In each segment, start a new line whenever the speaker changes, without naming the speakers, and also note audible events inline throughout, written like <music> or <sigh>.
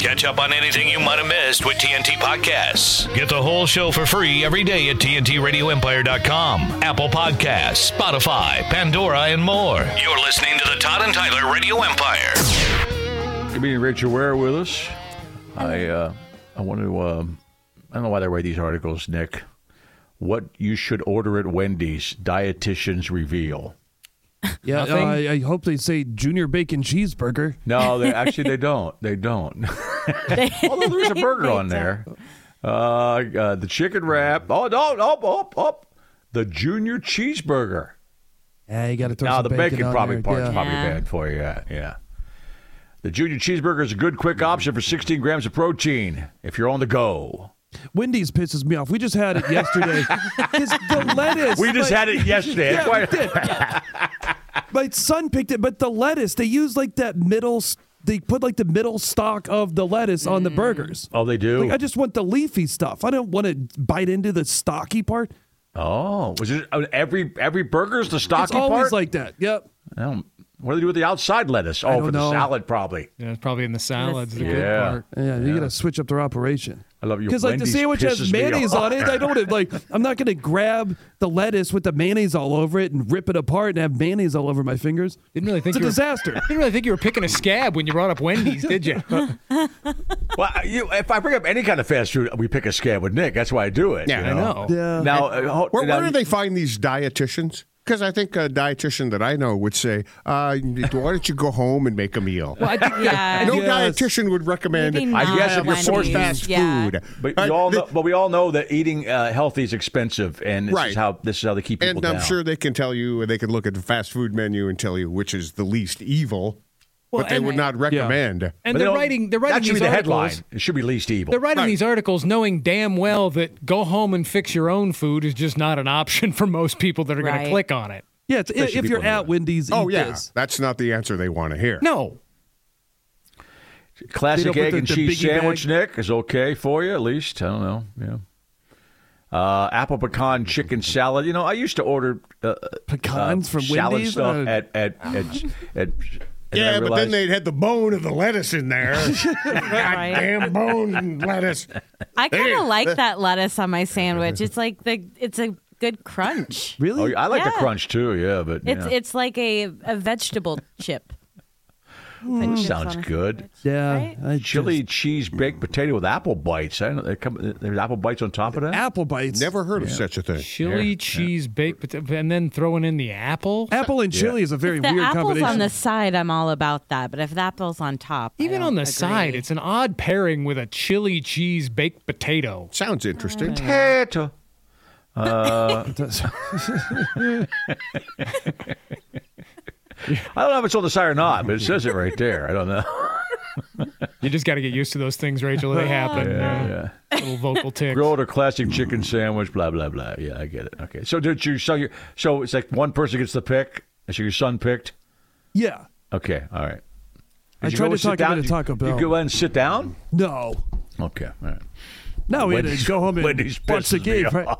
Catch up on anything you might have missed with TNT Podcasts. Get the whole show for free every day at TNTRadioEmpire.com, Apple Podcasts, Spotify, Pandora, and more. You're listening to the Todd and Tyler Radio Empire.
Comedian Rachel Ware with us. I uh, I want to. Um, I don't know why they write these articles, Nick. What you should order at Wendy's? Dietitians reveal.
Yeah, uh, I, I hope they say junior bacon cheeseburger.
No, they actually they don't. They don't. <laughs> Although there's a burger on there. Uh, uh, the chicken wrap. Oh no! Up, up, up. The junior cheeseburger.
Yeah, you got to throw
Now
some
the
bacon,
bacon,
on
probably
there.
part's
Yeah.
probably bad for you. Yeah, yeah. The junior cheeseburger is a good quick option for 16 grams of protein if you're on the go.
Wendy's pisses me off. We just had
<laughs>
it yesterday. 'Cause the lettuce.
We just
like-
had it yesterday.
Yeah,
Quite-
we did.
<laughs>
My son picked it, but the lettuce they use like that middle. s- They put like the middle stalk of the lettuce on the burgers.
oh, they do.
Like I just want the leafy stuff. I don't want to bite into the stocky part.
oh, was it uh, every every burger's the stocky
It's always
part?
like that. Yep.
I don't- what do they do with the outside lettuce? Oh,
don't
for the
know.
salad, probably.
Yeah, it's probably in the salads. The good
Yeah.
part.
Yeah, you got to switch up their operation.
I love your
Because like the
Wendy's
sandwich
pisses
has
me
mayonnaise
off.
on it. I don't wanna, like. I'm not going to grab the lettuce with the mayonnaise all over it and rip it apart and have mayonnaise all over my fingers.
Didn't really
It's
think
a
you were-
disaster.
<laughs> Didn't really think you were picking a scab when you brought up Wendy's, did
<laughs>
you?
Well, uh, you, if I bring up any kind of fast food, we pick a scab with Nick. That's why I do it.
Yeah,
you
I know.
Yeah.
Now, uh, ho-
Where,
now-
where do they find these dietitians? Because I think a dietitian that I know would say, uh, "Why don't you go home and make a meal?"
I think
no
Yes.
dietitian would recommend.
Maybe
I
not
guess if you're
Wendy's.
forced
fast
Yeah.
food,
But
Uh,
you all
they-
know, but we all know that eating uh, healthy is expensive, and this
Right.
is how this is how they keep people
and
down.
I'm sure they can tell you, they can look at the fast food menu and tell you which is the least evil, but they
and-
would not recommend.
But
and
they
they're
don't-
writing they're writing
that should
these
be the
articles.
headline. It should be least evil.
They're writing
Right.
these articles knowing damn well that go home and fix your own food is just not an option for most people that are going
Right.
to click on it.
Yeah, it's, if
people
you're
know
at
that.
Wendy's,
Oh
eat
yeah,
this.
that's not the answer they want to hear.
No,
Classic
They don't put
egg
the-
and
the
cheese
biggie
sandwich, Nick, is okay for you at least. I don't know. Yeah. Uh, apple pecan chicken salad. You know, I used to order uh,
Pecans
uh,
from
salad
Wendy's.
stuff
Uh,
at
<laughs>
at at. at- and I
Yeah, but then
realized-
they'd had the bone of the lettuce in there.
Right.
Damn bone and lettuce.
I kind
Hey.
of like that lettuce on my sandwich. It's like the it's a good crunch.
really?
Oh, yeah, I like the
Yeah.
crunch too. Yeah, but
It's
yeah.
it's like a, a vegetable chip.
sounds good.
yeah.
Right?
I just-
Chili cheese baked potato with apple bites. I don't. They come. There's apple bites on top of that.
apple bites.
Never heard of such a thing.
chili cheese baked potato, and then throwing in the apple.
Apple and chili is a very
If the
weird
apples
combination.
on the side, I'm all about that. But if the apples on top, I
Even
don't
on the
agree.
side, it's an odd pairing with a chili cheese baked potato.
Sounds interesting.
Potato. I don't know if it's on the side or not, but it says it right there. I don't know.
You just got to get used to those things, Rachel.
<laughs>
They happen. Yeah,
<laughs>
Little vocal ticks.
Grilled or classic chicken sandwich, blah blah blah. Yeah, I get it. Okay, so did you? So you? So it's like one person gets the pick. So your son picked.
<laughs> yeah.
Okay, all right.
I
Did you go
tried to
and sit
talk him
down?
into Taco
Did you-
Bell.
You go and sit down.
No.
Okay, all right.
No, we had
Wendy's-
to go home and
Wendy's
watch the
pisses me
game. Right?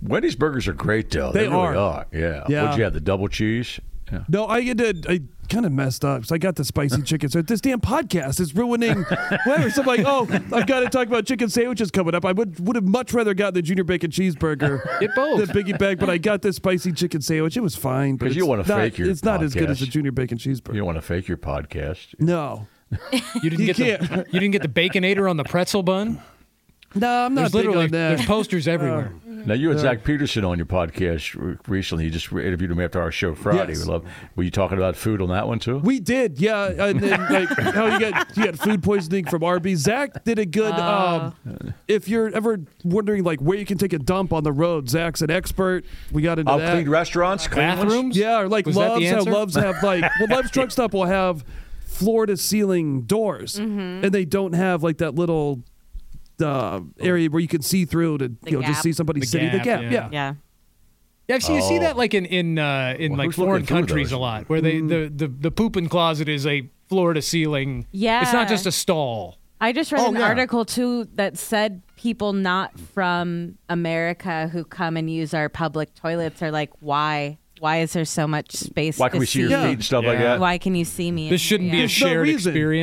Wendy's burgers are great though.
They
really
are.
Yeah.
Yeah.
Would you have the double cheese? Yeah.
No, I had to. I kind of messed up. So I got
<laughs>
the spicy chicken. So this damn podcast is ruining whatever. So I'm like, oh, I've got to talk about chicken sandwiches coming up. I would would have much rather gotten the junior bacon cheeseburger,
<laughs> Get both.
the biggie bag, but I got the spicy chicken sandwich. It was fine, but
'Cause
it's
you wanna
not,
fake your
It's not as good as the
podcast.
junior bacon cheeseburger.
You don't want to fake your podcast.
No,
<laughs> You didn't
You
get the, you didn't get the baconator on the pretzel bun.
<laughs> no, I'm not
There's
big
literally
on that. Uh,
there's posters everywhere.
Now you had Zach Peterson on your podcast re- recently. You just re- interviewed him after our show Friday.
Yes.
We love. Were you talking about food on that one too?
We did, yeah. And then like <laughs> how you got you got food poisoning from RB. Zach did a good.
Oh.
um, if you're ever wondering like where you can take a dump on the road, Zach's an expert. We got into
I'll
that.
clean restaurants, clean ones?
Bathrooms.
yeah, or like
Was that
loves
the
how
answer?
loves have
<laughs>
like well loves truck stop will have floor to ceiling doors,
Mm-hmm.
and they don't have like that little. Uh, area where you can see through to you know just
gap.
see somebody
The
sitting the gap.
gap, yeah.
Yeah.
Yeah.
Yeah, so you see that like in in uh,
Oh.
in
Well,
like
who's looking
foreign
through
countries
those? Hmm.
a lot, where they the the the pooping closet is a floor to ceiling. it's
Yeah.
not just a stall.
I just read
Oh,
an
yeah.
article too that said people not from America who come and use our public toilets are like, why? Why is there so much space?
Why can
to
we see your
see
feet
me?
and stuff like
Yeah.
that?
Why can you see me?
This shouldn't be a
There's no
shared
reason.
experience.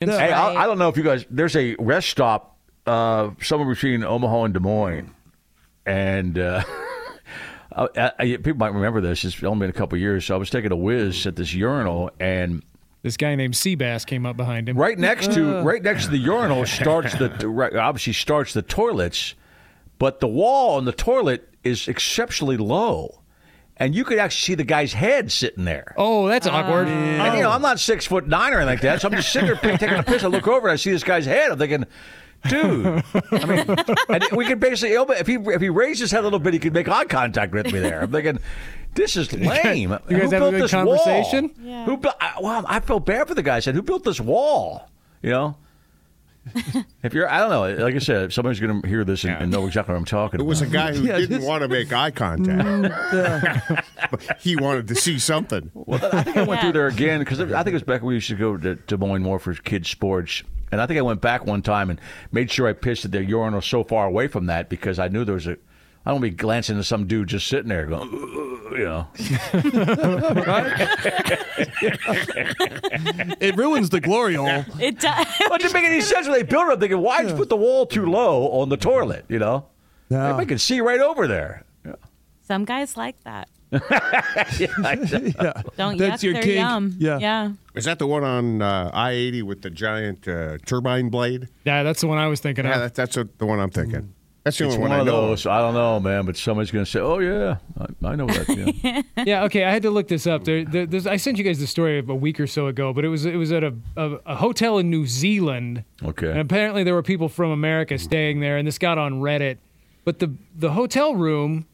Hey, I, I don't know if you guys. There's a rest stop uh, somewhere between Omaha and Des Moines, and uh, <laughs> I, I, I- people might remember this. It's only been a couple of years. So I was taking a whiz at this urinal, and
This guy named Seabass came up behind him.
right next to right next to the urinal starts the right, obviously starts the toilets, but the wall on the toilet is exceptionally low, and you could actually see the guy's head sitting there.
Oh, that's awkward.
Uh.
And, you know, I'm not six foot nine or anything like that, so I'm just sitting there p- taking a piss. I look over and I see this guy's head. I'm thinking, dude. I mean, and we could basically, oh, if he if he raised his head a little bit, he could make eye contact with me there. I'm thinking, this is lame.
you guys
Who
have a
built
good
this
conversation?
Wall? Who built? I, well, I felt bad for the guy. I said, who built this wall? You know. If you're, I don't know. Like I said, somebody's going to hear this and, and know exactly what I'm talking
It
about.
<laughs>
was a guy who
Yeah, uh,
didn't
this-
want to make
<laughs>
eye contact. But <laughs> he wanted to see something.
I think I went through there again because I think it was back when we used to go to Des Moines more for kids' sports. And I think I went back one time and made sure I pissed at the urinal so far away from that because I knew there was a. I don't want to be glancing at some dude just sitting there going, "Ugh," you know.
It ruins the glory
<laughs>
hole.
It does.
Well, it didn't make any sense when they built it. I'm thinking, why'd you put the wall too low on the toilet, you know?
Yeah.
I can see right over there.
<laughs> Some guys like that.
yeah.
Don't
That's
yuck
your
their
kink.
yum.
Yeah.
Yeah.
Is that the one on uh, I eighty with the giant uh, turbine blade?
Yeah, that's the one I was
<laughs>
thinking
Yeah,
of.
that, that's what- the one I'm
Mm.
thinking. That's the
It's
only one,
one
I
of
know.
those. I don't know, man, but somebody's going to say, oh, yeah, I, I know that. Yeah.
yeah, okay. I had to look this up. There, there, there's, I sent you guys the story of a week or so ago, but it was it was at a, a, a hotel in New Zealand.
Okay.
And apparently there were people from America staying there, and this got on Reddit. But the the hotel room,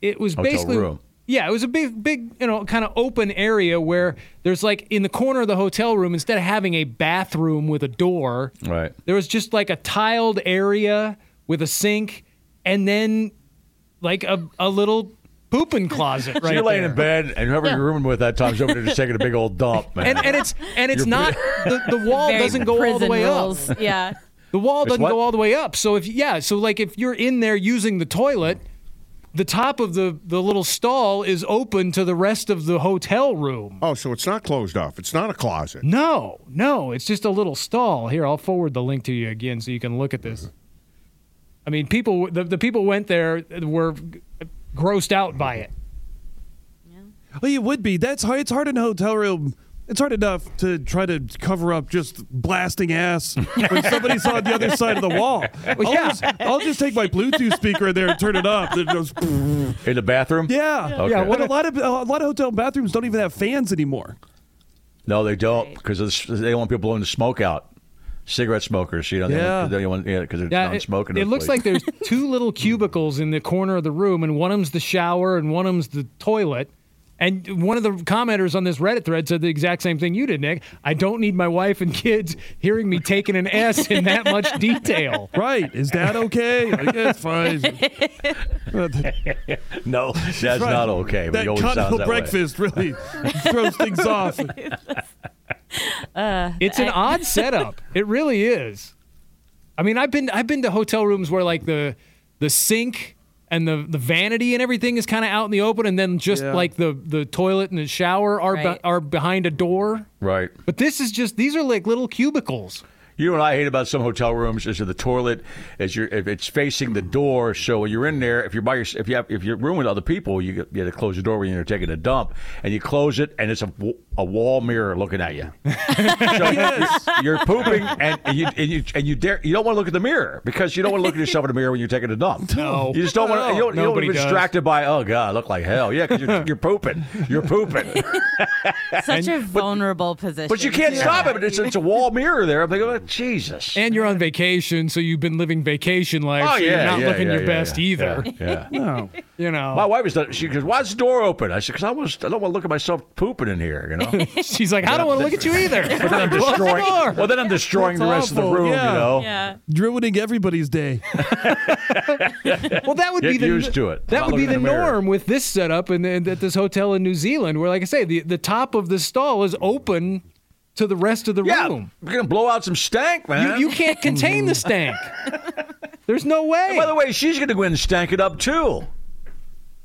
it was
Hotel
basically
room.
yeah, it was a big big you know kind of open area where there's like in the corner of the hotel room instead of having a bathroom with a door,
Right.
there was just like a tiled area with a sink, and then like a a little pooping closet
<laughs>
right
You're laying
there.
in bed, and whoever you're rooming with that time's over there just taking a big old <laughs> dump, man.
and, and it's and it's
<laughs>
not the, the wall
Very
doesn't go all the
prison
way
rules.
up.
Yeah.
<laughs>
The wall doesn't
what?
go all the way up. So if yeah, so like if you're in there using the toilet, the top of the the little stall is open to the rest of the hotel room.
Oh, so it's not closed off. It's not a closet.
No, no, it's just a little stall. Here, I'll forward the link to you again so you can look at this. I mean, people the, the people went there were grossed out by it.
Well, you would be. That's hard. It's hard in a hotel room it's hard enough to try to cover up just blasting
<laughs>
ass when somebody's on the other side of the wall. I'll,
yeah.
just, I'll just take my Bluetooth speaker in there and turn it up. It
<laughs>
goes,
In the bathroom?
yeah,
Okay.
yeah. But a lot of a lot of hotel bathrooms don't even have fans anymore.
No, they don't because they don't want people blowing the smoke out. Cigarette smokers, you know, they
Yeah.
want- they don't want yeah, because they're
Yeah,
not
it,
smoking.
it looks like there's two little cubicles in the corner of the room, and one of them's the shower, and one of them's the toilet. And one of the commenters on this Reddit thread said the exact same thing you did, Nick. I don't need my wife and kids hearing me taking an S in that much detail.
Right? Is that okay? Like, yeah,
<laughs>
it's fine.
no, that's
Right.
not okay. But
That
it always sounds
continental
that way.
breakfast really
<laughs>
throws things off.
It's an odd setup. It really is. I mean, I've been I've been to hotel rooms where like the the sink and the, the vanity and everything is kind of out in the open, and then just
Yeah.
like the the toilet and the shower are be-
Right.
are behind a door.
Right.
But this is just these are like little cubicles.
You know what I hate about some hotel rooms is that the toilet is your if it's facing the door. So when you're in there, if you're by your, if you have if you're room with other people, you get- you have to close the door when you're taking a dump, and you close it, and it's a, w- a wall mirror looking at
<laughs>
you. so you're, you're pooping, and you and you and you dare you don't want to look at the mirror because you don't want to look at yourself in the mirror when you're taking a dump.
No.
you just don't want to. You don't, you don't want
Nobody
to be
does.
distracted by oh god, I look like hell. Yeah, because you're, you're pooping, you're pooping,
<laughs>
Such a vulnerable position.
but you can't stop it. It's, it's a wall mirror there. I'm thinking, oh, Jesus.
And you're on vacation, so you've been living vacation
Oh,
life. so you're not looking your best either. <laughs>
Yeah.
No.
You know,
My wife is done. She goes, "Why is the door open?" I said, "Cause I almost I don't want to look at myself pooping in here."
<laughs>
You know.
she's like, I don't want to look at you either. <laughs>
But then I'm destroying.
Door.
well, then I'm destroying the rest of
awful.
the room.
Yeah.
You know.
Yeah.
Ruining
<laughs>
everybody's day.
Well, that would be
Get
the
used to it.
That
Not
would be
looking
the
in the mirror.
norm with this setup and and at this hotel in New Zealand, where, like I say, the, the top of the stall is open to the rest of the
Yeah.
room.
We're gonna blow out some stank,
You,
man.
you can't contain
<laughs>
the stank. There's no way.
By the way, she's gonna go in and stank it up too.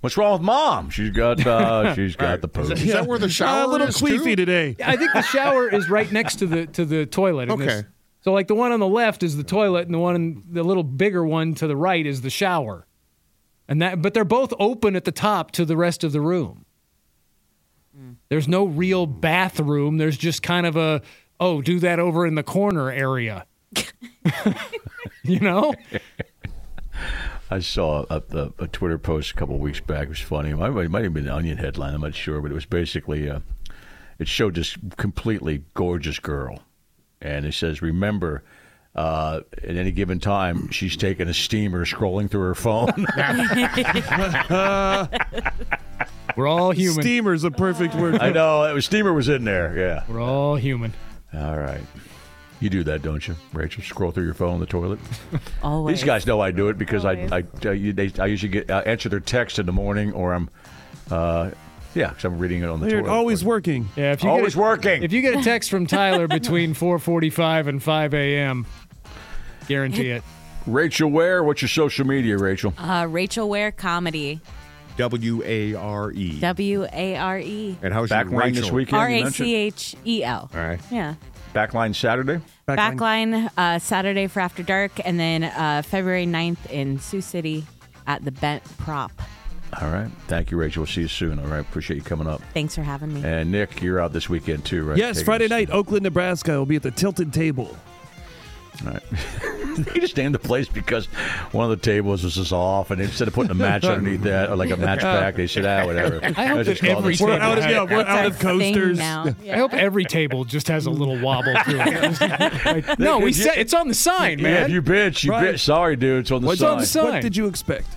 What's wrong with mom? She's got
<laughs>
uh, she's got the poop.
Is that where the shower
Uh, a little
is, too?
queefy today.
I think the shower is right next to the to the toilet. in this.
Okay.
So like the one on the left is the toilet, and the one the little bigger one to the right is the shower. And that, but they're both open at the top to the rest of the room. There's no real bathroom. There's just kind of a oh, do that over in the corner
<laughs>
area. <laughs> you know,
I saw a, a, a Twitter post a couple of weeks back. It was funny. It might, it might have been an Onion headline. I'm not sure, but it was basically uh, it showed this completely gorgeous girl, and it says, "Remember." Uh, at any given time, she's taking a steamer, scrolling through her phone. <laughs>
we're all human.
Steamer's a perfect word.
I know it was steamer was in there.
We're all human.
Yeah. All right. You do that, don't you, Rachel? Scroll through your phone in the toilet.
<laughs> Always.
These guys know I do it because I
Always.
I, I, you- they, I usually get uh, answer their text in the morning, or I'm, uh, yeah, because I'm reading it on the
They're
toilet.
always working.
Yeah, if you
Always
get a,
working.
If you get a text from
<laughs>
Tyler between 4:45 and 5 a.m., guarantee it.
Rachel Ware, what's your social media, Rachel?
Uh, Rachel Ware comedy.
W A R E.
W A R E.
And how's
Backline
your Rachel?
this weekend.
R
you
A
mentioned?
C H E L.
All right.
Yeah.
Backline Saturday.
Backline uh, Saturday for After Dark, and then uh, February 9th in Sioux City at the Bent Prop.
All right. Thank you, Rachel. We'll see you soon. All right. Appreciate you coming up.
Thanks for having me.
And Nick, you're out this weekend too, right?
Yes,
Taking <laughs>
Friday
us-
night, Oakland, Nebraska. will be at the Tilted Table.
All right. they just named the place because one of the tables was just off, and instead of putting a
<laughs>
match underneath that or like a match back, they said, ah, whatever. I
Uh, hope
just
that
called
every
it-
We're
Table.
out of yeah, we're
That's our
out of
thing
coasters.
now.
I hope every table just has a little wobble to it.
<laughs>
Like, no, we said it's on the sign,
Yeah,
man.
you bitch, you
Right.
bitch. Sorry, dude. It's on the
What's
side.
on the side?
What did you expect?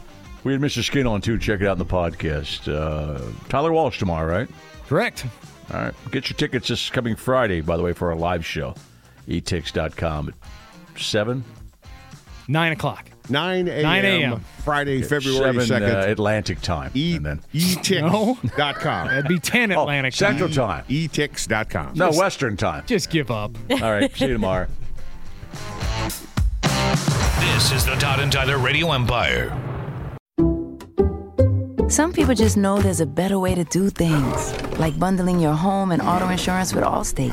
We had Mr. Skin on too. Check it out in the podcast. Uh, Tyler Walsh tomorrow, right?
Correct.
All right. Get your tickets this coming Friday, by the way, for our live show. E etix.com at 7.
Nine o'clock.
9 a.m.
9 a.m..
Friday, February
7 uh,
2nd.
Atlantic time.
E-
and then
etix.com.
That'd be ten
Oh,
Atlantic. time.
Central time.
E etix.com.
No, Western time.
Just give up.
All right. See you tomorrow.
This is the Todd and Tyler Radio Empire.
Some people just know there's a better way to do things, like bundling your home and auto insurance with Allstate,